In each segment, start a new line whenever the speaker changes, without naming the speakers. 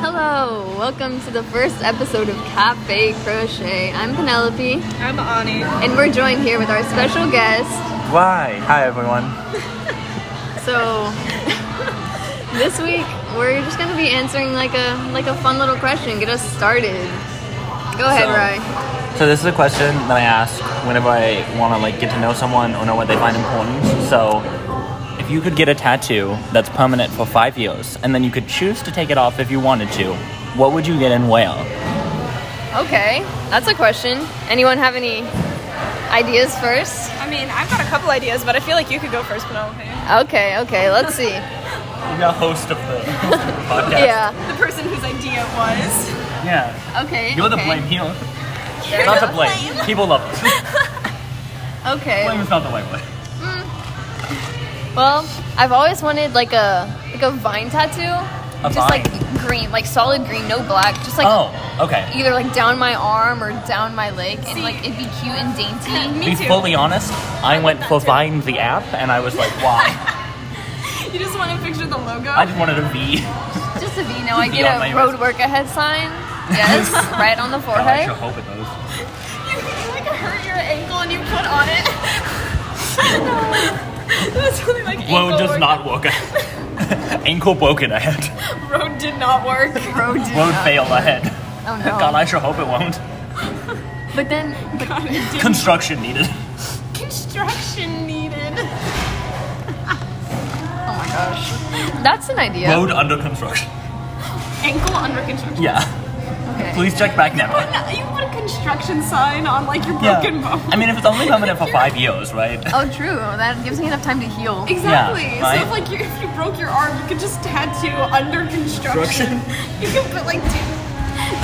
Hello, welcome to the first episode of Cafe Crochet. I'm Penelope,
I'm Ani.
and we're joined here with our special guest.
Why? Hi, everyone.
So, this week we're just gonna be answering like a like a fun little question. Get us started. Go ahead,
So-
Rye.
So this is a question that I ask whenever I want to like get to know someone or know what they find important. So, if you could get a tattoo that's permanent for five years, and then you could choose to take it off if you wanted to, what would you get and where?
Okay, that's a question. Anyone have any ideas first?
I mean, I've got a couple ideas, but I feel like you could go first, Penelope.
Okay, okay, let's see.
The host of the, podcast.
Yeah.
The person whose idea it was.
Yeah. Yeah.
Okay.
You're the
okay.
blame here.
There
Not
you
to
go.
blame. People love us.
Okay.
blame is not the right way.
Well, I've always wanted like a like a vine tattoo.
A
just
vine?
like green, like solid green, no black. Just like
oh, okay.
either like down my arm or down my leg, and
See-
like it'd be cute and dainty.
Me
Be
too.
fully honest. I went for Vine the app, and I was like, why?
You just want to picture the logo.
I just wanted a V.
just a V. No, I
Be
get
on
a
my
road work ahead sign. Yes, right on the
God,
forehead.
I sure hope it does.
you, you like hurt your ankle and you put on it. That's really like
Woe
ankle
does
work.
not work. Ankle broken ahead.
Road did not work.
Road did
Won't
not-
fail ahead.
Oh no.
God, I sure hope it won't.
But then, but
God, it did.
Construction needed.
Construction needed.
oh my gosh, that's an idea.
Road under construction.
Ankle under construction.
Yeah.
Okay.
Please check back now.
No, You put a construction sign on like your
Yeah.
broken bone.
I mean, if it's only permanent for five years, right?
Oh, true. That gives me enough time to heal.
Exactly.
Yeah,
so
right?
if like you, if you broke your arm, you could just tattoo under construction.
Construction?
you could put like two.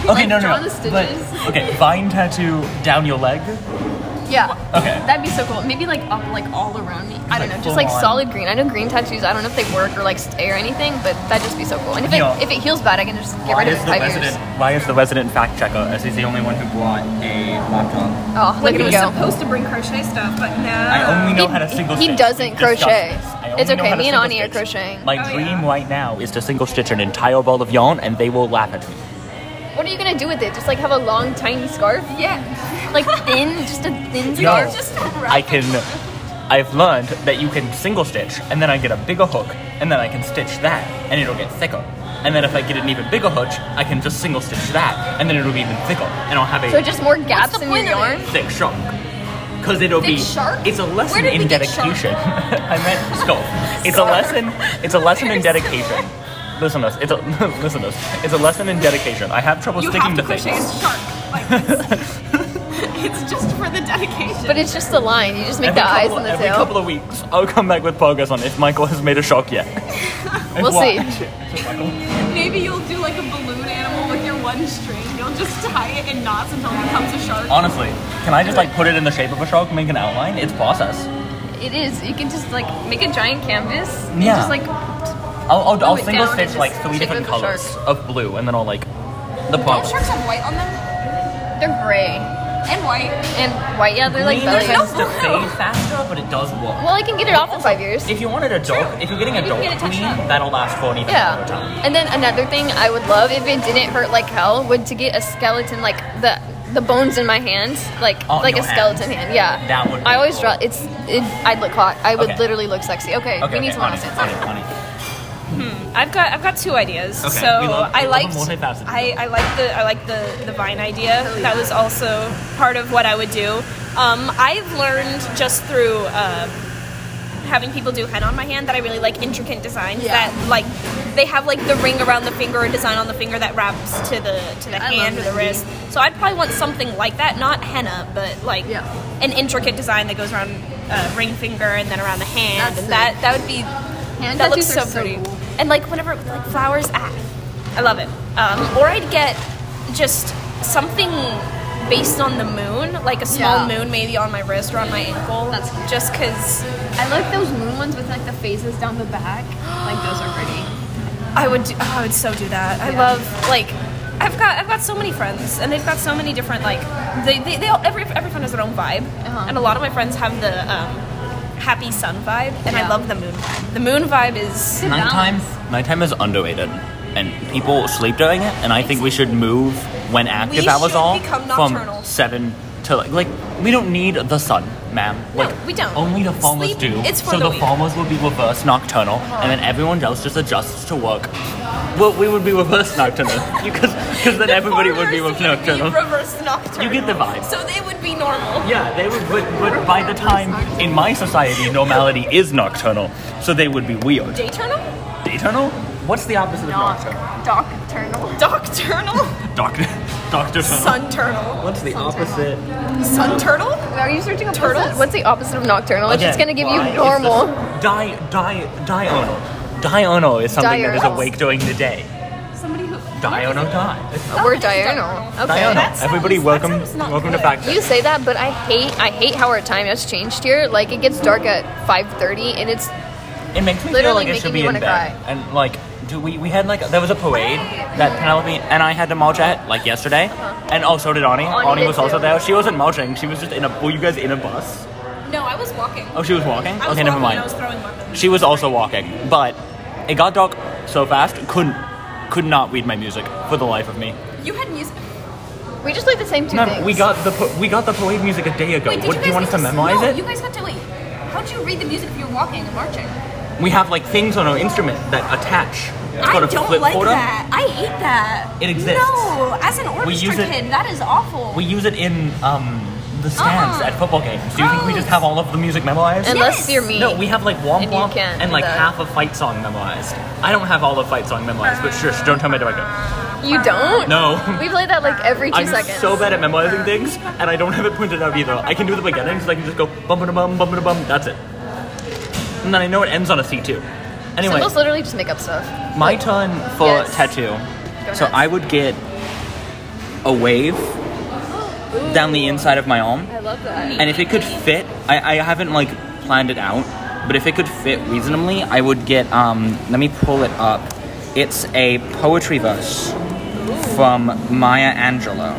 Okay, no,
draw
no,
the
no. But,
stitches.
okay, vine tattoo down your leg.
Yeah.
Okay.
That'd be so cool. Maybe like up, like all around me. I don't
Like,
know, just
full
like
on.
solid green. I know green tattoos. I don't know if they work or like stay or anything, but that'd just be so cool. And if it,
You know,
if it heals bad, I can just get rid of it in five years.
Why is the resident fact checker? As he's the only one who brought a laptop.
Oh, look
Like
at him
it was
go.
supposed to bring crochet stuff, but no.
I only know
He-
how to single
he
stitch.
doesn't
We've discussed
crochet.
this. I only
It's
know
okay,
how to
me and
single
Ani are
stitch.
crocheting.
My
Oh,
dream
yeah.
right now is to single stitch an entire ball of yarn, and they will laugh at me.
What are you gonna do with it? Just like have a long, tiny scarf?
yeah.
Like thin, just a thin
Yo,
scarf?
Just
I can. I've learned that you can single stitch, and then I get a bigger hook, and then I can stitch that, and it'll get thicker. And then if I get an even bigger hook, I can just single stitch that, and then it'll be even thicker, and I'll have a
So just more gaps
the
in your
point of
yarn?
it?
thick shark. Because it'll
Thick
be
shark?
it's a lesson
Where did we
in
get shark?
dedication. I meant scarf. It's a
Scarf.
lesson. It's a lesson in
There's-
dedication. Listen to us. It's a listen to us. It's a lesson in dedication. I have trouble
you
sticking
have to
to
crochet
things.
a shark. Like it's, it's just for the dedication.
But it's just the line. You just make
every
the eyes
couple,
and the
every
tail.
couple of weeks, I'll come back with progress on if Michael has made a shark yet. If
We'll
what-
see.
Michael.
maybe you'll do like a balloon animal with your one string. You'll just tie it in knots until it becomes a shark.
Honestly, can I just like put it in the shape of a shark, make an outline? It's process.
It is. You can just like make a giant canvas. and
Yeah.
Just like
I'll, I'll, I'll
it
single
down and
stitch like
just
three
shape
different
it with a
colors of blue, and then I'll like the
Don't
problem.
sharks have white on them?
they're gray
And white.
and whight. Yeah, they're like
Green
belly.
tends to
blue.
fade faster, but it does work.
Well, I can get it off in five years.
If you wanted a dark, if you're getting a
You can
dark
get it touched
green,
up.
that'll last for an even longer time.
Yeah. And then another thing I would love if it didn't hurt like hell would to get a skeleton like the the bones in my hand, like
Oh,
like a
your
skeleton
hands.
hand. Yeah.
That would be
I always
cool.
draw. It's it. I'd look hot. I would
Okay.
literally look sexy. Okay.
Okay,
we need
okay,
someone
honey,
else to
honey,
answer.
honey.
I've got I've got two ideas.
Okay,
So
we love- we
I
love a
liked
multifaceted.
I, I liked the I liked the, the Vine idea. That was also part of what I would do. Um, I've learned just through um, having people do head on my hand that I really like intricate designs
Yeah.
that like they have like the ring around the finger or design on the finger that wraps to the to the
I
hand or
love
the
that.
wrist. So I'd probably want something like that, not henna, but like
Yeah.
an intricate design that goes around uh, ring finger and then around the hand.
That's
and
it.
that that would be
Hand
that looks
tattoos
so
are
pretty.
cool.
And like whenever like flowers at. I love it. Um, or I'd get just something based on the moon, like a small
Yeah.
moon maybe on my wrist or on my ankle.
That's cute.
just because
I like those moon ones with like the phases down the back. Like those are pretty.
I would do, oh, I would so do that. I
Yeah.
love like I've got I've got so many friends and they've got so many different like they, they, they all every every friend has their own vibe
Uh-huh.
and a lot of my friends have the um, happy sun vibe and
Yeah.
I love the moon vibe. The moon vibe is
Good
Nighttime, nighttime is underrated. and people sleep during it. And I think we should move when active
We
hours
should
are
become nocturnal.
from seven to like, like we don't need the sun, ma'am.
No,
Like
we don't.
Only the farmers
Sleep-
do.
it's for
so
the
the,
weak. Uh-huh.
farmers will be reverse nocturnal, and then everyone else just adjusts to work. Well, we would be reverse nocturnal because because then everybody would be
farmers
reverse nocturnal.
Be reverse nocturnal.
You get the vibe.
So they would be normal.
Yeah, they would, but, but by the time in my society, normality is nocturnal, so they would be weird.
Dayturnal?
Dayturnal? What's the opposite of nocturnal?
Docturnal.
Docturnal?
Doctor, doctor.
Sunturnal?
What's the opposite?
Sunturtle?
Are you searching up
Turtles?
What's the opposite of nocturnal? It's just gonna give you normal.
Di, di, diurnal. Diurnal is something that is
Diurnal.
awake during the day.
Somebody who.
Diurnal die.
We're diurnal. Okay.
Diurnal.
That sounds-
Everybody,
that
welcome,
sounds not
welcome to
good.
fact.
You say that, but I hate I hate how our time has changed here. Like it gets dark at 5:30, and it's
It makes me feel
Literally
like it
making
should
me
be in
wanna cry.
bed. And like, do we we had like there was a parade that Penelope and I had to march at like yesterday,
Uh-huh.
and also did Ani. Ani,
did
was also
too.
there. She wasn't marching. She was just in a. Were you guys in a bus?
No, I was walking.
Oh, she was walking.
I was
okay, never
walking and
mind.
I was throwing weapons.
she was also walking, but it got dark so fast. Couldn't could not read my music for the life of me.
You had music.
we just like the same two
No,
things.
we got the pa- we got the parade music a day ago.
Wait, did
what
you
do you
guys
want us to
get
memorize
no,
it?
You guys got to wait. How'd you read the music if you're walking and marching?
We have like things on our instrument that attach. It's
I
called a
don't
flip
like
photo.
that. I hate that.
It exists.
No, as an orchestra
use it-
kid, that is awful.
We use it in um, the stands
Uh-huh.
Uh-uh.
at football games. Do you think we just
Gross.
have all of the music memorized?
unless
Yes.
you're me.
no, we have like Womp
And you
Womp
can't
and
do
like
that.
half a fight song memorized. I don't have all of fight song memorized, but shush, don't tell me do I go.
you don't.
No.
We play that like every 2
I'm
seconds.
so bad at memorizing things, and I don't have it pointed out either. I can do the beginning, so I can just go bum bum bum bum bum. That's it. And then I know it ends on a C two. Anyway,
Symbols literally just make up stuff.
my turn for
Yes.
tattoo.
Go
So
nuts.
I would get a wave down the inside of my arm.
I love that.
And if it could fit, I, I haven't like planned it out, but if it could fit reasonably, I would get um let me pull it up. It's a poetry verse from Maya Angelou.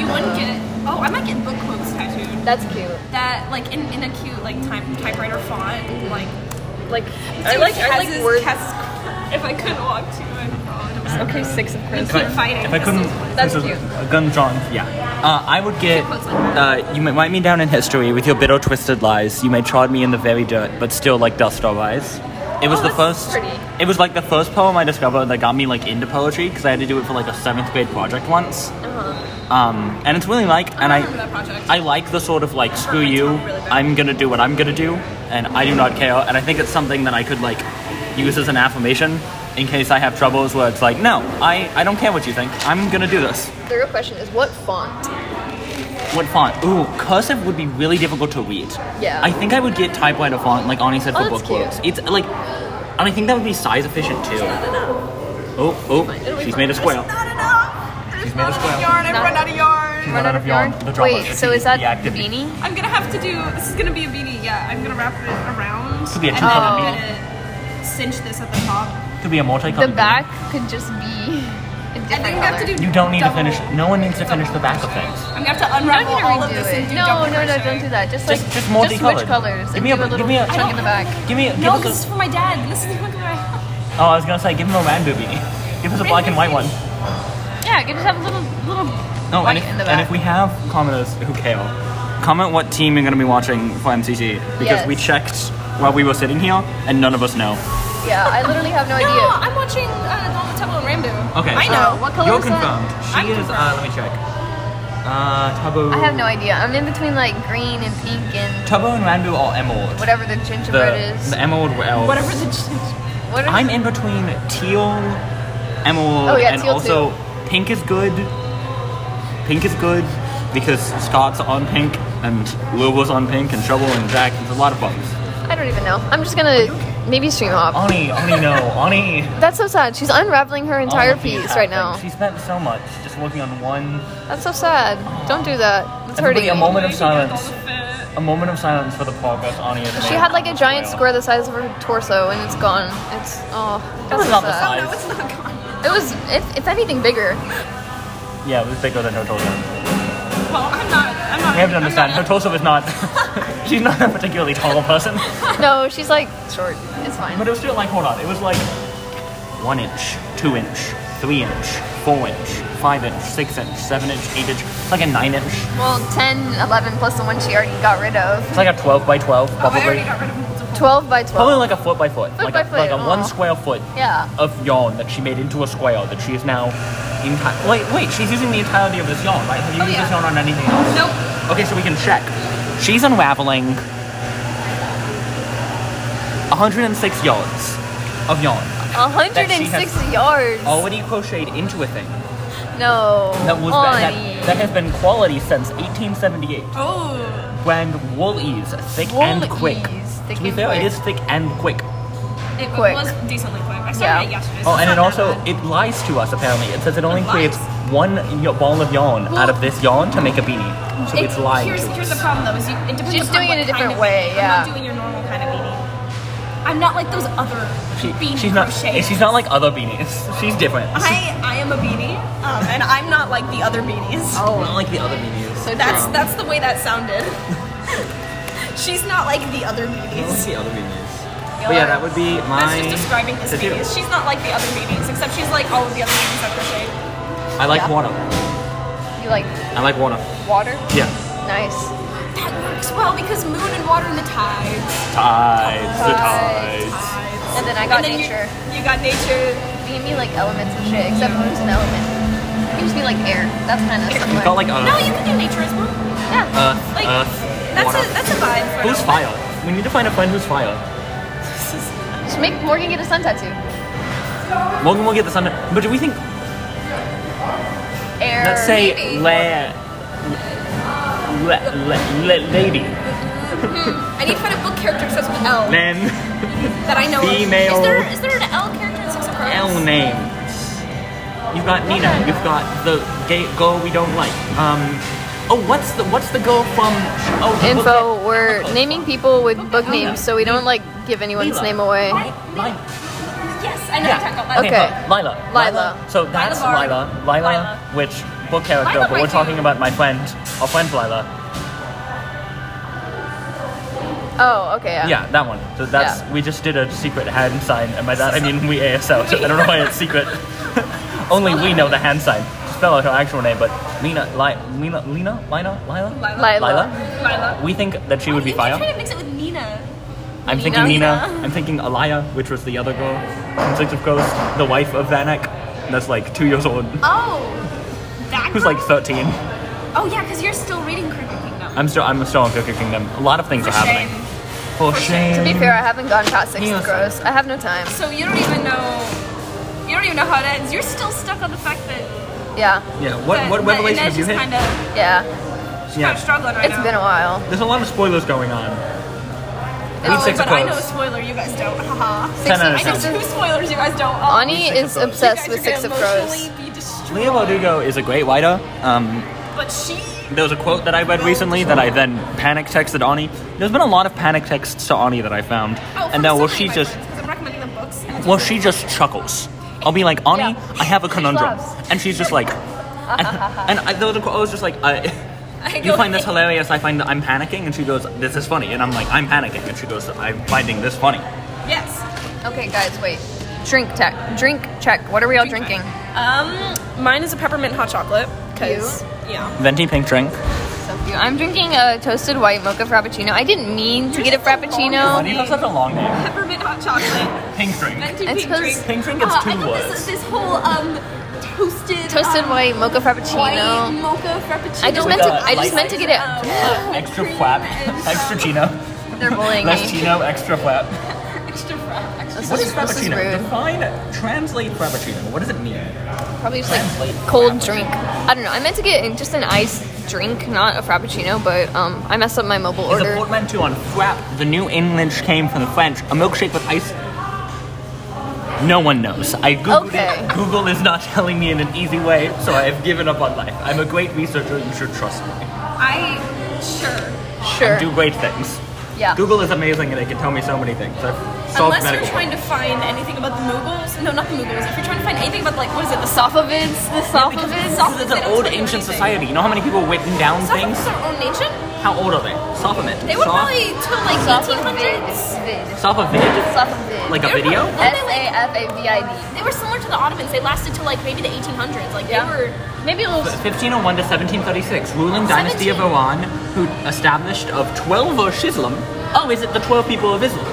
you wouldn't get it. Oh, I might get book quotes tattooed.
That's cute.
That like in, in a cute like type typewriter font. Like
Like
Dude,
I
Kaz's-
like words.
Kaz- if I couldn't walk too, I'd probably
Okay, six of course.
Keep fighting.
If I couldn't
That's
this
cute.
is a gun drawn, yeah. Uh, I would get uh, you may write me down in history with your bitter twisted lies. You may trod me in the very dirt, but still like dust I'll rise. It was the
Oh, that's
first
pretty.
it was like the first poem I discovered that got me like into poetry because I had to do it for like a seventh grade project once. Um, and it's really like, and
I
I,
remember that project.
I like the sort of like screw
my
you,
tongue really bad.
I'm gonna do what I'm gonna do, and I do not care. And I think it's something that I could like use as an affirmation in case I have troubles where it's like, no, I, I don't care what you think. I'm gonna do this.
The real question is what font?
What font? Ooh, cursive would be really difficult to read.
Yeah.
I think I would get typewriter font, like Ani said
Oh,
for
that's
book
cute.
quotes. It's like, and I think that would be size efficient too. Oh,
It'll
oh,
be
she's
fine.
made a square.
Not enough. There's
made
not
a
enough
square.
yarn. I've
Not-
run out of yarn.
Run out of yarn. The drama
Wait, so is that the
activity.
beanie?
I'm gonna have to do. This is gonna be a beanie. Yeah, I'm gonna wrap it around.
Could be a
and then
two-color
I'm
beanie.
gonna cinch this at the top.
Could be a
The
multicolored.
back could just be a different
And then you have to
color.
do.
You don't need to
double-
finish. No one needs to finish the back of things.
I'm gonna have to
I'm
unravel
gonna
all of
redo
this and
it.
do
No,
double
no, no,
crocheting.
don't do that. Just like
Just-
just,
just multicolored.
switch colors.
Give me
and
a-
do little
give me a-
chunk in the back.
Give me, give
No,
us
this is
a.
for my dad. This is for my.
Oh, I was gonna say, give him a rainbow beanie. Give us a black and white one.
Yeah, you can just have a little little
No,
white
and if,
in the
and
back.
if we have commenters who care, comment what team you're gonna be watching for MCC because we
Yes.
checked while we were sitting here and none of us know.
yeah, I literally have no
No,
idea.
I'm watching uh, Donald Temple and Rambo.
Okay.
I
Uh,
know.
what color
You're
is
confirmed.
that?
She
I'm
is. Uh,
confirmed.
let me check. Uh, Tabo.
I have no idea. I'm in between like green and pink and
Tabo and Ranbu are emerald.
whatever the gingerbread is.
the, the emerald were elves.
Whatever the.
What are
I'm in between teal, emerald,
Oh, yeah,
and
teal
also pink is good. Pink is good because Scott's on pink and Lil was on pink and Trouble and Jack. There's a lot of bugs.
I don't even know. I'm just gonna maybe stream off.
Ani, Ani, no, Ani.
That's so sad. She's unraveling her
Oh,
entire piece right now.
She spent so much just working on one.
That's so sad. Don't do that. It's hurting.
Everybody, a
me.
moment of silence. A moment of silence for the progress Ani has made.
She had like a giant
Wow.
square the size of her torso, and it's gone. It's oh, that's
was
so
not the
sad.
No, it's not gone.
It was, if, if anything, bigger.
Yeah, it was bigger than her torso.
Well, I'm not. I'm not.
You have to
I'm not
understand, her torso is not. she's not a particularly tall person.
No, she's like short. It's fine.
But it was still like, hold on, it was like one inch, two inch, three inch, four inch, five inch, six inch, seven inch, eight inch. It's like a nine inch.
Well, 10, 11 plus the one she already got rid of.
It's like a twelve by twelve,
Oh,
I
probably.
already got rid of multiple.
12 by 12.
Probably like a foot by foot,
Foot
like
by
a,
foot,
like a one
aw.
square foot
yeah.
of yarn that she made into a square that she is now. Enti- wait, wait, she's using the entirety of this yarn, right? Have you
Oh,
used
yeah.
this yarn on anything else?
Nope.
Okay, so we can check. She's unraveling 106 yards of yarn
160
has-
yards.
already crocheted into a thing
No. Oh,
that was that, that, that has been quality since 1878.
Oh,
Brand Woolies, thick and quick.
Woolies, thick
to be
and
fair,
quick.
it is thick and quick.
it
Quick.
was decently quick. I
Yeah.
started it yesterday. so
Oh,
it's
and it
not that
also
bad.
it lies to us apparently. It says it only
It
creates one y- ball of yarn out of this yarn to make a beanie. So
It-
it's lying
Here's,
to
here's
us.
the problem though. Is you, it depends
She's
upon
doing
what
it a
kind
different
of
way,
beanie.
yeah.
I'm not doing your normal kind of beanie. I'm not like those other
She-
beanie
she's not.
crocheters.
She's not like other beanies. She's different.
I, I am a beanie, um, and I'm not like the other beanies.
Oh, not like the other beanies. Um,
So
That's
true.
that's the way that sounded. she's not like the other beanies.
the other beanies.
But yeah, that would
be
That's just describing this
That's you.
beanies. She's not like the other beanies, except she's like all of the other beanies that crochet.
I like
Yeah.
water.
You like
I like water.
water?
Yeah.
Nice.
That works well because moon and water and the tides.
Tides, the
Tides.
tides.
And then I got
and then
nature.
You, you got nature.
You gave me like elements and shit, except moon's an element. You gives me like air. That's kind of
You
similar.
got like uh,
No,
earth,
you can do nature as well.
yeah.
earth,
Like
earth,
that's
water.
a that's a vibe. For an
who's
element.
fire? We need to find a friend who's fire.
Just make Morgan get a sun tattoo.
Morgan will get the sun. But do we think?
Air.
Let's say
maybe.
la, la, la, la- lady,
I need to find a book character that starts with L
then
that I know. of.
Female.
Is there is there an L character in Six of Crows?
L names. You've got Nina. You've got the gay girl we don't like. Um. Oh, what's the what's the girl from? Oh, the book
Info.
that-
We're
Book that-
naming people with book names, so we don't like give anyone's
Leela.
name away.
Lila.
Yes, I know
Yeah.
yeah. you're talking about.
Okay.
but Lila.
Lila.
So that's
Lila Bar.
Lila. Lila,
Lila.
which book character?
Lila
but we're
might
talking
be-
about my friend, our friend Lila.
Oh, okay. Yeah.
Yeah, that one. So that's we just did a secret hand sign, and by that I mean we ASL. So I don't know why it's secret. Only we know the hand sign. Spell out her actual name, but Lena, Li, Lena, Lena, Lila, Lila.
Lila.
Lila.
Lila.
We think that she would be
You keep trying
fire.
to mix it with Nina.
I'm thinking Nina.
Nina.
I'm thinking Alaya, which was the other girl from Six of Crows, the wife of Vanek. That's like two years old.
Oh, that.
Who's
girl?
like 13.
Oh yeah, because you're still reading Crooked Kingdom.
I'm still I'm still on Cookie Kingdom. A lot of things
For
are happening.
shame.
For shame.
To be fair, I haven't gone past six
Neil
of gross. I have no time.
So you don't even know. You don't even know how it ends. You're still stuck on the fact that.
Yeah.
yeah. What
that,
what
that
revelation
Inez
have you
is
hit?
Kind of,
Yeah.
Yeah.
struggling right
It's
now.
been a while.
There's a lot of spoilers going on. We need
Oh,
Six of
but I know a
Crows.
spoiler. You guys don't. Haha.
Ten out of
I know
ten.
two spoilers. You guys don't. Oh,
Ani
Six of
is
Crows.
you
obsessed
guys
with
are
Six of
gonna
Crows.
emotionally Be destroyed.
Leah Bardugo is a great writer. Um,
But she.
there was a quote that I read recently that I then panic texted Ani. There's been a lot of panic texts to Ani that I found,
Oh,
and
from
now well
so
she
many of my
just
friends, 'cause I'm recommending the books. and it's
well she just chuckles. I'll be like Ani,
Yeah.
I have a conundrum,
laughs.
and she's just like, and, and I, there was a quote I was just like, I,
I
you
go-
find this hilarious, I find that I'm panicking, and she goes, this is funny, and I'm like, I'm panicking, and she goes, I'm finding this funny.
Yes.
Okay, guys, wait. Drink tech. Drink check. What are we all drinking?
Um, mine is a peppermint hot chocolate.
'cause-
yeah.
Venti pink drink.
So cute. I'm drinking a toasted white mocha frappuccino. I didn't mean to
You're
get a
so long.
frappuccino.
Why do you have such a long name?
Peppermint hot chocolate.
Pink drink.
Venti
I
pink
suppose-
drink.
Pink drink is
Uh,
two
I thought
words.
This, this whole um toasted
Toasted
um,
white mocha frappuccino.
white mocha frappuccino.
I just
With
meant to.
a
I just
light-
meant to get it.
um,
Extra
cream
flap.
and,
Extra
um,
chino.
They're bullying
Less
me.
chino, extra flap.
Extra frap. Extra.
This
What
is,
is
this is
frappuccino?
rude.
Define translate frappuccino. What does it mean?
Probably just like cold drink. I don't know. I meant to get just an iced drink, not a frappuccino, but um, I messed up my mobile
It's
order.
a portmanteau on frap. The new English came from the French. A milkshake with ice. No one knows. I googled
Okay.
it. Google is not telling me in an easy way, so I have given up on life. I'm a great researcher. You should trust me.
I sure.
Sure.
Do great things.
Yeah.
Google is amazing, and it can tell me so many things. I've solve
Unless
medical
you're trying to find anything about the Mughals, no, not the Mughals. If you're trying to find anything about like what is it, the Safavids, the Safavids,
Because it's
they
an
don't
old
tell you
ancient
anything.
society. You know how many people written down things?
Safavids are own ancient.
How old are they? Sophomet.
They were probably till like
Soft
1800s.
Sophovid?
Sofavid.
Like a
They're
video?
probably-
S A F A V I D.
They were similar to the Ottomans. They lasted till like maybe the 1800s. Like
Yeah.
they were
Maybe a little.
1501 to 1736, ruling dynasty of
17.
Iran, who established of 12 or Shizlam. Oh, is it the 12 people of Islam?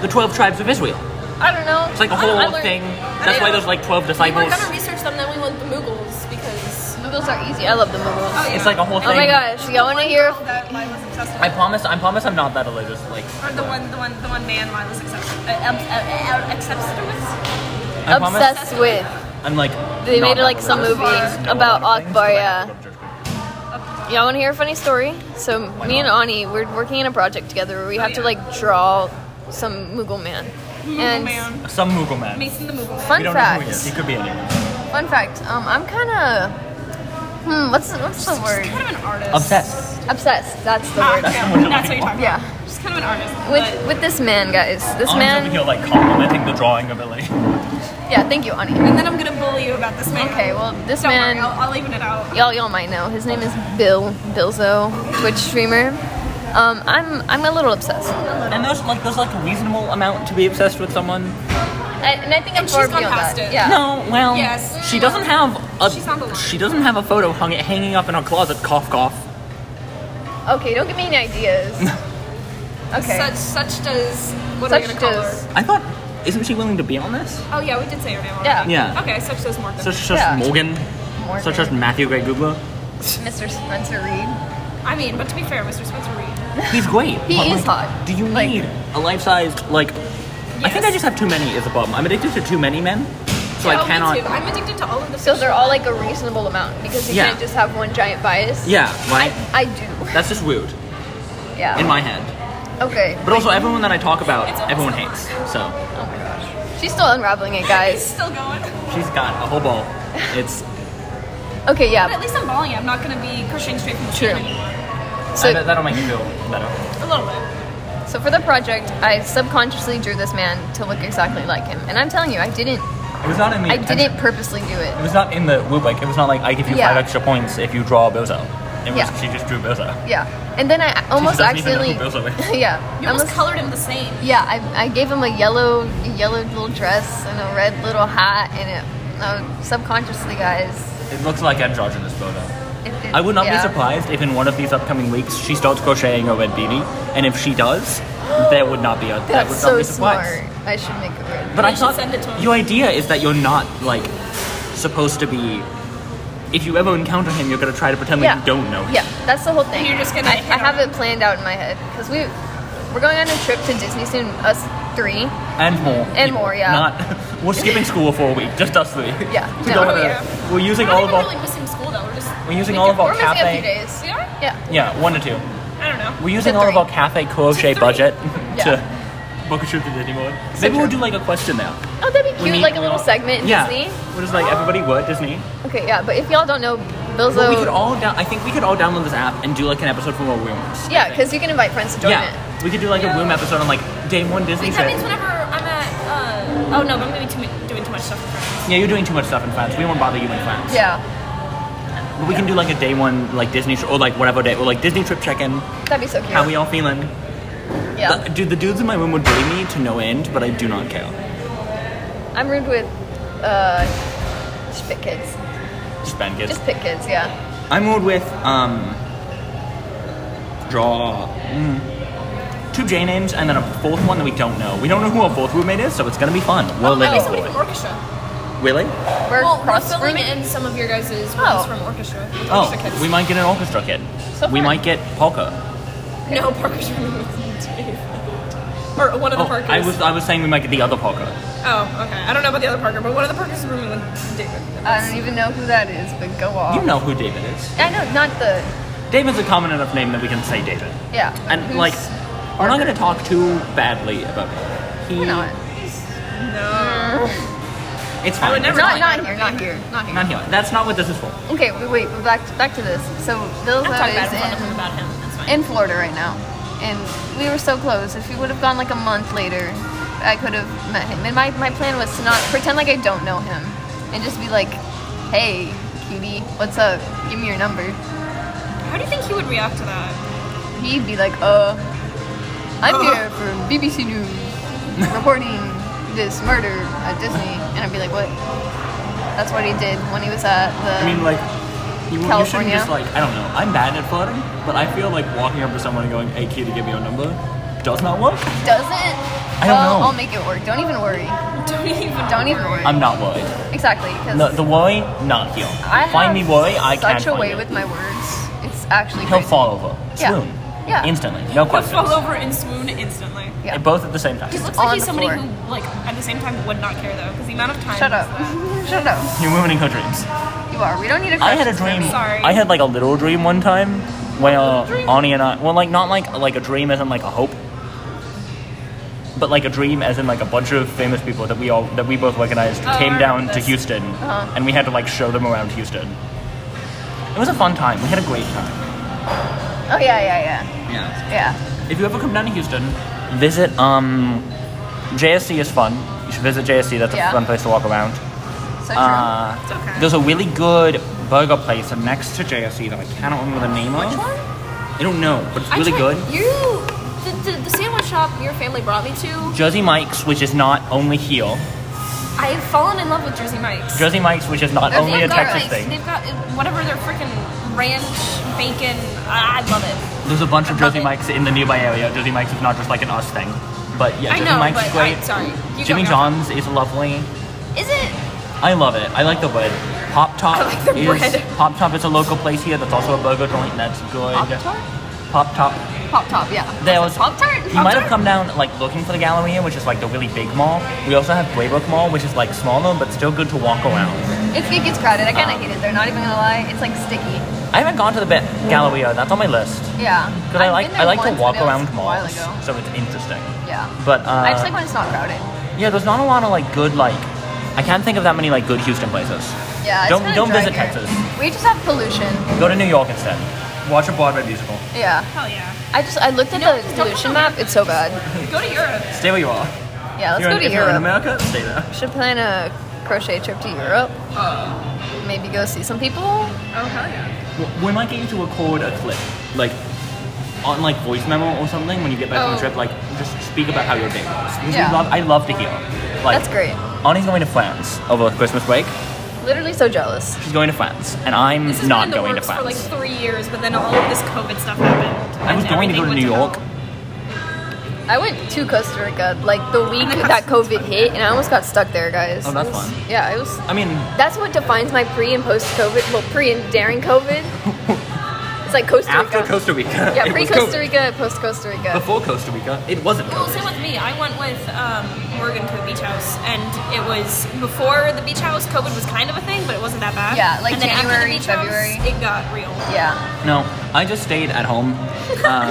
The 12 tribes of Israel.
I don't know.
It's like a
I don't- I
whole
learned-
thing.
I
That's why
don't-
there's like 12
we were
disciples.
gonna research them. Then we went the Mughals because
Mughals are easy. I love the Mughals.
Oh, yeah.
It's like a whole thing.
Oh my gosh, y'all want to hear?
that why was successful.
I promise, I promise I'm not that religious. Like,
or the one, the one, the one man why was successful. Uh, um, uh, uh, obsessed with.
I promise
Obsessed with.
I'm like.
They
not
made
that
like some
religious.
movie about Akbar. Yeah. Y'all want to hear a funny story? So me and Ani, we're working on a project together where we have to
yeah.
like draw some Mughal man. and
man.
Some Mughal man.
Mason the Mughal.
fun
we don't know who he is. He
fact.
could be anyone.
Fun fact. Um, I'm kind of. Hmm. What's what's the word?
Kind of an artist.
Obsessed.
Obsessed. That's the
Ah,
word.
yeah,
what you're
that's what you're talking
Yeah.
about. She's kind of an artist.
With with this man, guys. This
An's over
man.
here like complimenting the drawing ability.
Yeah. Thank you, Ani.
but, and then I'm gonna bully you about this man.
Okay. Well, this
Don't
man.
worry, I'll, I'll even it out.
y'all y'all might know his name is Bill Bilzo, Twitch streamer. Um, I'm I'm a little obsessed,
And there's like there's like a reasonable amount to be obsessed with someone.
I, and I think I'm
And
far
she's gone
beyond
past
that.
it.
Yeah.
No, well,
Yes.
she doesn't have a
She's on the line.
she doesn't have a photo hung hanging up in her closet. Cough, cough.
Okay, don't give me any ideas. okay.
Such, such does. What are we
Such
gonna call
does.
her?
I thought, isn't she willing to be on this?
Oh yeah, we did say her name. already.
Yeah.
Yeah.
Okay, such does Morgan.
Such as
Yeah.
Morgan.
Morgan.
Such as Matthew Gray Googler.
Mr. Spencer Reed.
I mean, but to be fair, Mr. Spencer Reed.
He's great.
He
but,
is
like,
hot.
Do you
Like-
need a life-sized like? I think I just have too many is a problem. I'm addicted to too many men, so
oh,
I cannot.
Me too. I'm addicted to all of the.
So they're all like a reasonable amount because you
Yeah.
can't just have one giant bias.
Yeah, right.
I, I do.
That's just rude
Yeah.
in my head.
okay.
But also, everyone that I talk about,
It's almost
everyone
a lot.
hates. So
Oh my gosh. She's still unraveling it, guys.
still going. But
she's got a whole ball. It's
Okay, yeah.
at least I'm balling. I'm not gonna be crocheting straight from the
True.
chain anymore.
So
I bet that'll make you feel better.
A little bit.
So for the project, I subconsciously drew this man to look exactly like him, and I'm telling you, I didn't.
It was not in the.
I
intention-
didn't purposely do
It
it.
was not in the rubric. It was not like I give you
Yeah.
five extra points if you draw Bozo. It was
Yeah.
she just drew Bozo.
Yeah. And then I almost
doesn't even know who
accidentally.
Bills
yeah.
You
I
almost
almost-
colored him the same.
yeah. I, I gave him a yellow, a yellow little dress and a red little hat, and it. Uh, subconsciously, guys.
It looks like androgynous Bozo.
It, it-
I would not
yeah.
be surprised if in one of these upcoming weeks she starts crocheting a red beanie, and if she does, there would not be a that
That's
would not
so
be surprised.
smart. I should make a word.
But
We
I
should
thought
send it to him.
your idea is that you're not like supposed to be. If you ever encounter him, you're gonna try to pretend like you don't know him.
Yeah, that's the whole thing.
You're just gonna
I,
hit
I have
on-
it planned out in my head because we we're going on a trip to Disney soon. Us three.
and more.
And more, yeah.
Not. We're skipping school for a week, just us three.
Yeah,
We
no.
don't
Oh,
wanna-
yeah.
We're using
We're
all
not even
of our.
really missing school though. We're just.
We're using all of our
We're missing a
cafe.
few days.
We are?
Yeah.
Yeah, one to two.
I don't know.
We're using
To
all of
three.
our cafe
To
crochet
three.
budget
Yeah.
to book a trip to Disney World. Maybe we'll do like a question now.
Oh, that'd be
We
cute,
meet-
like a little segment in
yeah.
Disney.
We're just like everybody what Disney.
Okay, yeah, but if y'all don't know Bilzo,
Well, we could all down. I think we could all download this app and do like an episode from our rooms.
yeah, because you can invite friends to join it.
yeah, we could do like a room episode on like day one Disney
Wait, that means
trip.
whenever I'm at. Uh, oh no, but I'm gonna be too, mu- doing too much stuff. For friends.
Yeah, you're doing too much stuff in France. We won't bother you in France.
Yeah,
But we can do like a day one like Disney tr- or like whatever day or like Disney trip check in.
that'd be so cute.
How we all feeling?
yeah,
The- dude, the dudes in my room would bully me to no end, but I do not care.
I'm rude with uh, just pit kids,
Just band kids.
just pit kids. Yeah,
I'm old with um draw mm, two J names and then a fourth one that we don't know. We don't know who our fourth roommate is, so it's gonna be fun. We're
Oh, maybe
living
somebody
for
from
it.
orchestra.
Really?
we're
well, we're
cross
filling
rooming.
in some of your guys' rooms
Oh.
from orchestra. with
Oh,
orchestra kids.
we might get an orchestra kid.
So
we
fun.
might get Polka.
no Parker's room. is Dave. Or one of the
Oh,
Parkers.
I was I was saying we might get the other Polka.
Oh, okay. I don't know about the other Parker, but one of the Parkers is rooming with David.
I don't even know who that is, but go off.
You know who David is.
I know, not the
David's a common enough name that we can say David.
yeah.
And
who's-
like, we're not gonna talk too badly about him. He,
we're not,
No.
It's fine.
I would never-
not,
fine.
not here, not here, not here.
Not here. That's not what this is for.
Okay, wait, wait, back back to this. So Bilzo
I'm talking about
is
him. I'm
in
about him. That's fine.
in Florida right now, and we were so close. If we would have gone like a month later, I could have met him. And my, my plan was to not pretend like I don't know him and just be like, hey, cutie, what's up? Give me your number.
How do you think he would react to that?
He'd be like, uh, I'm here for BBC News reporting this murder at Disney. And I'd be like, what? That's what he did when he was at the.
I mean, like, you, you shouldn't
California.
just, like, I don't know. I'm bad at flirting, but I feel like walking up to someone and going, hey, kid, give me your number does not work.
doesn't?
I don't
well,
know.
I'll make it work. Don't even worry.
Don't even.
Don't even worry.
I'm not worried.
exactly. Cause
No, the worry, not here.
I
find
have
me worry, I can't
such a
find
way
it.
with my words. It's actually
He'll
crazy.
fall over.
Yeah.
Soon.
Yeah.
Instantly. No
He'll
questions.
fall over and swoon instantly.
Yeah.
Both at the same time.
He looks
on
like he's
the
somebody
floor.
who, like, at the same time would not care though, because the amount of time.
Shut
he's
up. Shut up.
You're ruining her dreams.
You are. We don't need a
I
crush.
had a dream.
Sorry.
I had like a little dream one time where
dream?
Ani and I, well, like not like like a dream as in like a hope, but like a dream as in like a bunch of famous people that we all that we both recognized
Oh, I
came
remember
down to
this. Uh-huh.
Houston, and we had to like show them around Houston. It was a fun time. We had a great time.
Oh, yeah, yeah,
Yeah.
yeah. Yeah.
If you ever come down to Houston, visit um, JSC is fun. You should visit JSC. That's
Yeah.
a fun place to walk around.
So true.
Uh,
It's okay.
There's a really good burger place next to JSC that I cannot remember the name of.
Which one?
I don't know, but it's really
I
good.
tried, You, the, the, the sandwich shop your family brought me to.
Jersey Mike's, which is not only here.
I've fallen in love with Jersey Mike's.
Jersey Mike's, which is not
There's
only
one
a
burger
Texas
like,
thing.
They've got uh, whatever their freaking ranch bacon. I love it.
There's a bunch of
Above
Jersey
it.
Mike's in the nearby area. Jersey Mike's is not just like an us thing. But yeah,
I
Jersey
know,
Mike's
but
is great.
I, sorry. You
Jimmy
go,
John's is lovely.
Now. Is it?
I love it. I like the bread. Pop Top
I like the
is
bread.
Pop Top is a local place here that's also a burger joint that's good.
Pop-Tart?
Pop Top.
Pop Top, yeah.
There was
Pop-Tart?
He might have come down like looking for the Galleria, which is like the really big mall. We also have Greybrook Mall, which is like smaller but still good to walk around.
It's, it gets crowded. I kind
Uh.
of hate it. They're not even going to lie. It's like sticky.
I haven't gone to the ba- Galleria. That's on my list
Yeah.
because I
I've
like
been there
I like
once,
to walk
but it was
around
a while
malls,
ago.
so it's interesting.
Yeah.
But uh,
I just like when it's not crowded.
yeah, there's not a lot of like good like I can't think of that many like good Houston places.
Yeah. It's
Don't-
kinda
don't
dry
visit
here.
Texas.
We just have pollution.
Go to New York instead. Watch a Broadway musical.
Yeah.
Hell yeah.
I just I looked at the pollution map. It's so bad.
Go to Europe.
Stay where you are.
Yeah. Let's
You're
go
in,
to
if you're in
Europe.
America, stay there.
Should plan a crochet trip to Europe. Maybe go see some people.
Oh hell yeah.
W- We might get you to record a clip, like on like voice memo or something when you get back from
Oh.
the trip. Like just speak about how your day was. Because we
Yeah.
love- I love to hear. Like,
That's great.
Ani's going to France over Christmas break.
Literally so jealous.
She's going to France, and I'm
This has
not
been in the
going to
works
France.
for like three years, but then all of this COVID stuff happened.
I was
and
going to go to
everything
New
went
York.
to hell.
I went to Costa Rica like the week that COVID hit, and I almost got stuck there, guys.
Oh, that's
It was-
fun.
Yeah, it was.
I mean,
That's what defines my pre and post COVID. Well, pre and during COVID. it's like Costa Rica.
after Costa Rica.
yeah,
it
pre
was
Costa
COVID.
Rica, post Costa Rica.
Before Costa Rica, it wasn't.
Well,
COVID.
same with me. I went with um, Morgan to the beach house, and it was before the beach house. COVID was kind of a thing, but it wasn't that bad.
Yeah, like
and then after the
January,
beach
February.
House, it got real.
yeah,
No, I just stayed at home. Uh,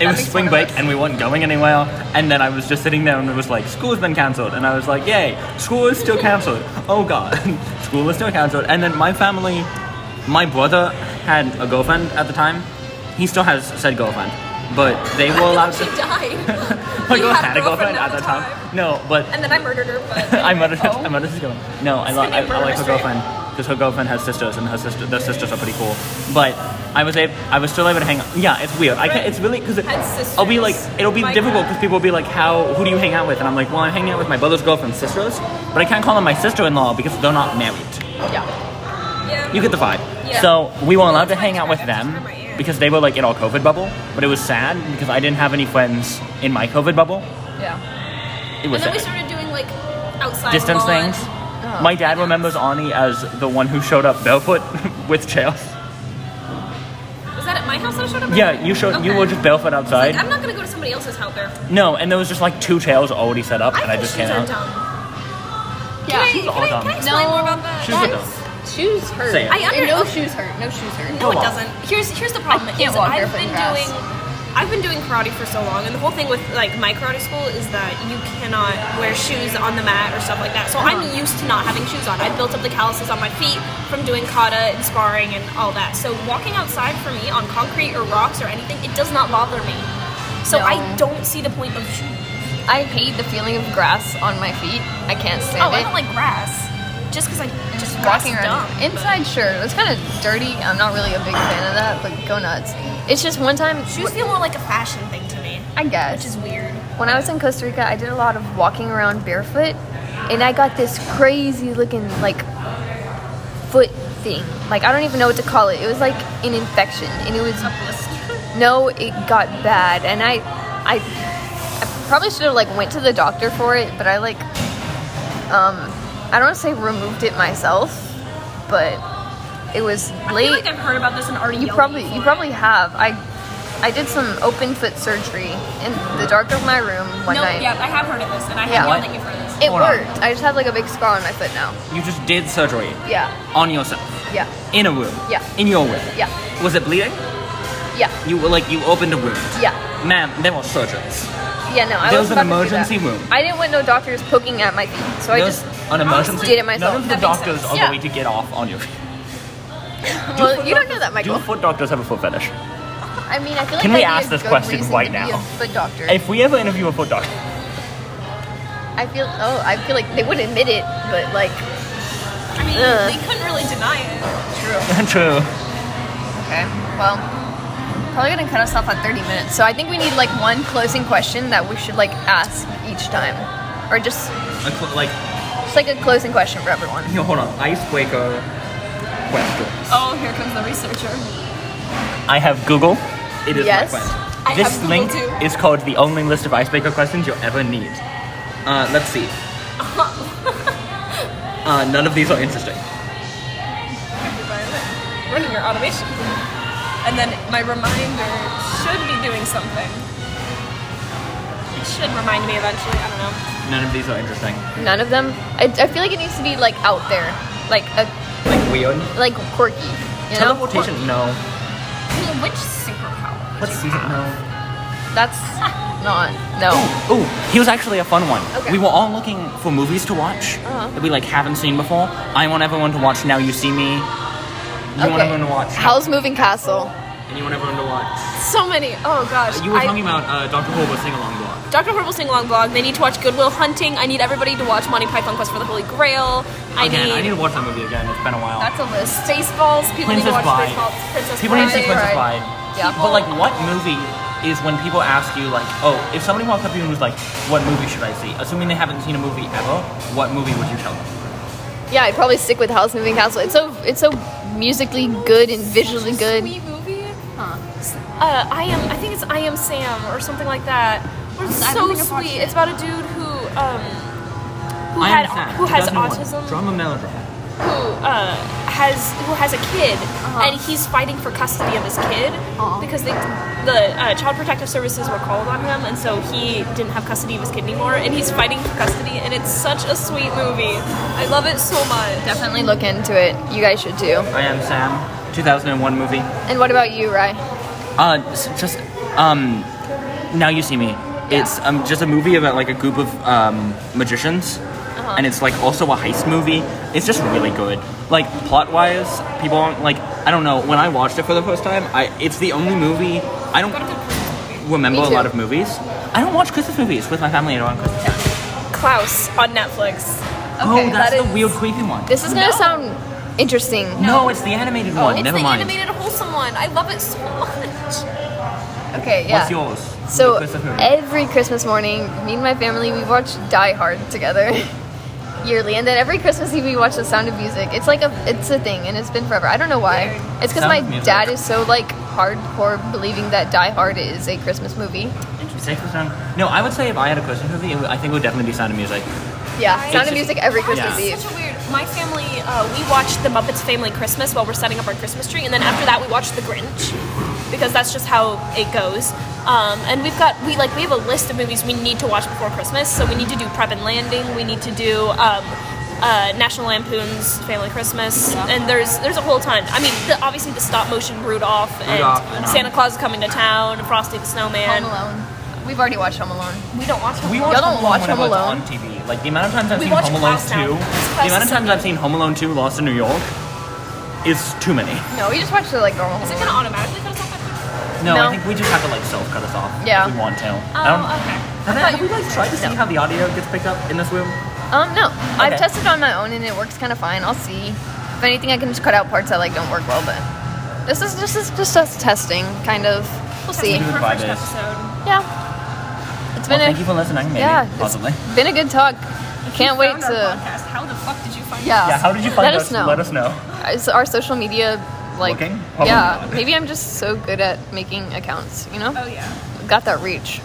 it was
makes
spring
one of
break
us.
and we weren't going anywhere. And then I was just sitting there and it was like, school's been cancelled. And I was like, yay, school is still cancelled. Oh god, school is still cancelled. And then my family, my brother had a girlfriend at the time. He still has said girlfriend. But they were allowed
She
to.
died,
My
you
girl
had
had a girlfriend
girlfriend
at that
at the
time. No, but
and then I murdered her. But
I murdered.
Oh.
I murdered his girlfriend. No, I, lo- I, I like her girlfriend because her girlfriend has sisters, and her sister, their sisters are pretty cool. But I was able, I was still able to hang out. Yeah, it's weird. I can't, it's really because it,
Had
I'll be like,
sisters.
it'll be
My
difficult
God.
because people will be like, how, who do you hang out with? And I'm like, well, I'm hanging out with my brother's girlfriend's sisters, but I can't call them my sister-in-law because they're not married.
yeah.
yeah.
You get the vibe.
Yeah.
So we were allowed to
That's
hang out
fine.
with
That's
them
fine. Yeah.
because they were like in our COVID bubble, but it was sad because I didn't have any friends in my COVID bubble.
yeah.
It was
And then we
sad.
started doing like outside
distance
lawn.
things.
oh,
My dad remembers Ani as the one who showed up barefoot with chair.
Was that at my house that I showed up? at?
Yeah, you showed you
Okay.
were just barefoot outside.
Like, I'm not gonna go to somebody else's house there.
no, and there was just like two chairs already set up,
I
and I just
shoes
came
are
out.
dumb.
Yeah.
Can I,
Shoes
can
are
I,
dumb.
can I explain
No.
more about that?
Shoes are
That's-
dumb.
Shoes hurt. oh.
Say it.
I under-
And no shoes hurt. No shoes hurt.
No, it
Go on.
doesn't. Here's here's the problem.
I can't
is
walk
I've
barefoot in
been
grass.
doing I've been doing karate for so long, and the whole thing with like my karate school is that you cannot wear shoes on the mat or stuff like that. So
Uh-huh.
I'm used to not having shoes on. I built up the calluses on my feet from doing kata and sparring and all that. So walking outside for me on concrete or rocks or anything, it does not bother me. So
No.
I don't see the point of shoes.
I hate the feeling of grass on my feet. I can't stand
Oh,
it.
I don't like grass. Just because I just
walking around
dumb.
inside. Sure, it was kind of dirty. I'm not really a big fan of that, but go nuts. It's just one time.
Shoes feel more like a fashion thing to me,
I guess.
which is weird.
When I was in Costa Rica, I did a lot of walking around barefoot, and I got this crazy looking like foot thing. Like I don't even know what to call it. It was like an infection, and it was no, it got bad, and I, I, I probably should have like went to the doctor for it, but I like, um, I don't want to say removed it myself, but it was
I
late.
feel like I've heard about this and already
You
yelled
probably
at
you
for
probably
it.
have. I I did some open foot surgery in the dark of my room one
No,
night.
yeah, I have heard of this and I
Yeah.
have yelled at you for this.
It
Hold on.
worked. I just have like a big scar on my foot now.
You just did surgery
Yeah.
on yourself
Yeah.
in a room.
Yeah.
In your room.
Yeah.
Was it bleeding?
Yeah.
You were like you opened a wound.
Yeah.
Ma'am, there were surgeons.
Yeah, no, I
There
was
was an
about to do that.
emergency room.
I didn't want no doctors poking at my feet, so I
There's
just
an emergency.
did it myself.
None of the
That makes
doctors
sense.
are
Yeah.
going to get off on your feet.
well, you don't know that, Michael.
Do foot doctors have a foot fetish?
I mean, I feel like
Can we
that'd be
ask
a
this
good
question
reason
right
to Be
now?
a foot doctor.
If we ever interview a foot doctor,
I feel oh, I feel like they would admit it, but like
I mean,
Ugh.
they couldn't really deny it.
true.
Okay. Well, probably gonna cut us off at 30 minutes. So I think we need like one closing question that we should like ask each time, or just
A cl- like,
just like a closing question for everyone.
here, hold on. Icebreaker question.
Oh, here comes the researcher.
I have Google. It is
Yes.
my friend.
I
this
have Google
link
too.
is called the only list of icebreaker questions you'll ever need. Uh, let's see. uh, none of these are interesting.
Running your automation. And then my reminder should be doing something.
It should remind me eventually. I don't know.
None of these are interesting.
None of them. I, I feel like it needs to be like out there, like a
Like weird.
like quirky. You know?
Teleportation? No.
Which superpower?
What's season? No.
That's not no.
Ooh, he was actually a fun one.
Okay.
We were all looking for movies to watch
Uh-huh.
that we like haven't seen before. I want everyone to watch Now You See Me. You want
Okay.
everyone to watch.
Howl's Moving Castle.
And you want everyone to watch.
So many. Oh gosh.
You were
I-
talking about uh, Dr. Horrible sing along blog.
Dr. Horrible Sing Along Blog. They need to watch Goodwill Hunting. I need everybody to watch Monty Python Quest for the Holy Grail. I
Again,
need.
I need to watch that movie again. It's been a while.
that's a list.
Spaceballs, people
need to
Princess Bride.
watch Spaceballs, Princess
People need to see
Bride.
Princess
Right.
Bride.
Yeah.
But like, what movie is when people ask you like, oh, if somebody walked up to you and was like, what movie should I see? Assuming they haven't seen a movie ever, what movie would you tell them?
Yeah, I'd probably stick with Howl's Moving Castle. It's so it's so musically good and visually good.
Wii movie?
uh, I am. I think it's I am Sam or something like that. Or It's
I don't
so
think I've watched
sweet.
it.
It's about a dude who um, who
I
had
Am Sam,
who has
2001.
autism,
Drama melodrama.
who uh, has who has a kid,
Uh-huh.
and he's fighting for custody of his kid because they, the uh, child protective services were called on him, and so he didn't have custody of his kid anymore, and he's fighting for custody, and it's such a sweet movie. I love it so much.
Definitely look into it. You guys should too.
I am Sam. 2001 movie.
And what about you, Rye?
Uh, s- just um, now you see me. It's um just a movie about like a group of um magicians,
Uh-huh.
and it's like also a heist movie. It's just really good. Like plot wise, people aren't like I don't know. When I watched it for the first time, I it's the only movie I don't remember
Me
a lot
too.
of movies. I don't watch Christmas movies with my family around Christmas. time.
Klaus on Netflix.
Okay,
oh, that's
that
the
is-
weird creepy one.
This Oh, is gonna sound interesting.
no, it's the animated one.
it's
Never
the
mind.
animated wholesome one. I love it so much.
Okay, yeah.
What's yours?
So
Your Christmas movie?
every Christmas morning, me and my family we watch Die Hard together yearly, and then every Christmas Eve we watch The Sound of Music. It's like a it's a thing, and it's been forever. I don't know why. It's because
Sound
my
of Music.
dad is so like hardcore believing that Die Hard is a Christmas movie.
Say Christmas Sound- No, I would say if I had a Christmas movie, it would- I think it would definitely be Sound of Music.
Yeah, Sound
just-
of Music every Christmas
yeah.
Eve.
Such a weird. My family, uh, we watched the Muppets Family Christmas while we're setting up our Christmas tree, and then after that we watched The Grinch because that's just how it goes. Um, and we've got we like we have a list of movies we need to watch before Christmas. So we need to do Prep and Landing. We need to do um, uh, National Lampoon's Family Christmas, and there's there's a whole ton. I mean, the, obviously the stop motion Rudolph and,
Rudolph, and, um,
Santa Claus is coming to town, Frosty the Snowman.
Home Alone. We've already watched Home Alone.
We don't watch.
We
Home
watch
Y'all
Home
don't watch
whenever
Home
it's
Alone?
on TV. Like the amount of times I've
We
seen
watch
Home Alone
Klaus now.
two,
It's
the
Klaus
amount of
is
times I've seen Home Alone two, Lost in New York, is too many.
No, we just watched the like normal.
Is it
Home
gonna
Alone.
automatically cut us off? after-
No,
No.
I think we just have to like self cut us off.
Yeah.
if we want to. I don't,
Oh, okay.
have,
thought
have
you
we like tried to see how the audio gets picked up in this room?
Um, no. I've
Okay.
tested on my own and it works kind of fine. I'll see. If anything, I can just cut out parts that like don't work well. But this is this is just us testing, kind of. We'll see.
Testing for
Goodbye,
first
Biz.
episode.
Yeah. It's been
Well, thank you
a
for listening. Maybe,
yeah. it's
possibly.
Been a good talk. Can't
You
wait
found our
to
Podcast. How the fuck did you find?
yeah.
Yeah, how did you find
Let
us?
us know.
Let us know.
Is our social media like
Working? Probably
yeah?
not.
Maybe I'm just so good at making accounts. You know,
Oh yeah.
got that reach.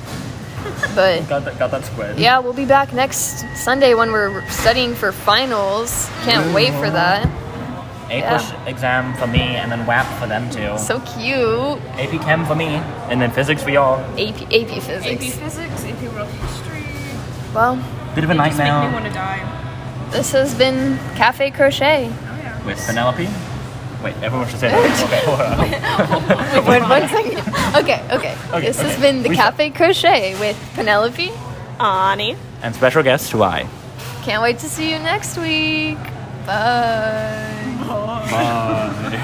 But
Got that, got that squared.
Yeah, we'll be back next Sunday when we're studying for finals. Can't wait for that.
A
Yeah.
push exam for me, and then WAP for them too.
So cute.
AP Chem for me, and then physics for y'all.
AP, AP
AP
physics.
Physics, AP World History.
Well,
Bit of a
They just make me
nightmare
want to die.
this has been Cafe Crochet.
Oh yeah.
with Penelope. Wait, everyone should say that. Okay, hold on.
Wait, one second. Okay, okay.
Okay,
this has
okay.
been the
Reset.
Cafe Crochet with Penelope.
Ani.
And special guest Y.
Can't wait to see you next week. Bye.
Bye.